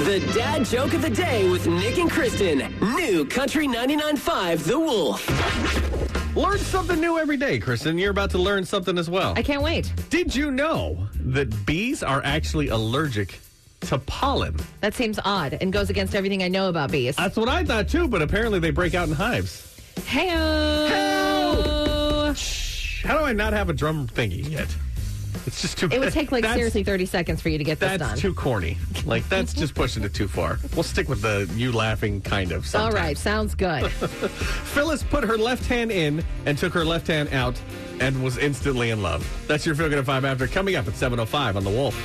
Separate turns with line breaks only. the dad joke of the day with Nick and Kristen. New Country 99.5 The Wolf.
Learn something new every day, Kristen. You're about to learn something as well.
I can't wait.
Did you know that bees are actually allergic to pollen?
That seems odd and goes against everything I know about bees.
That's what I thought too, but apparently they break out in hives.
Heyo!
Shh, How do I not have a drum thingy yet? It's just too.
It would take like
that's,
seriously 30 seconds for you to get this
That's
done.
too corny. Like that's just pushing it too far. We'll stick with the you laughing kind of.
All
Sometimes.
right, sounds good.
Phyllis put her left hand in and took her left hand out and was instantly in love. That's your feel good at five after coming up at seven oh five on the Wolf.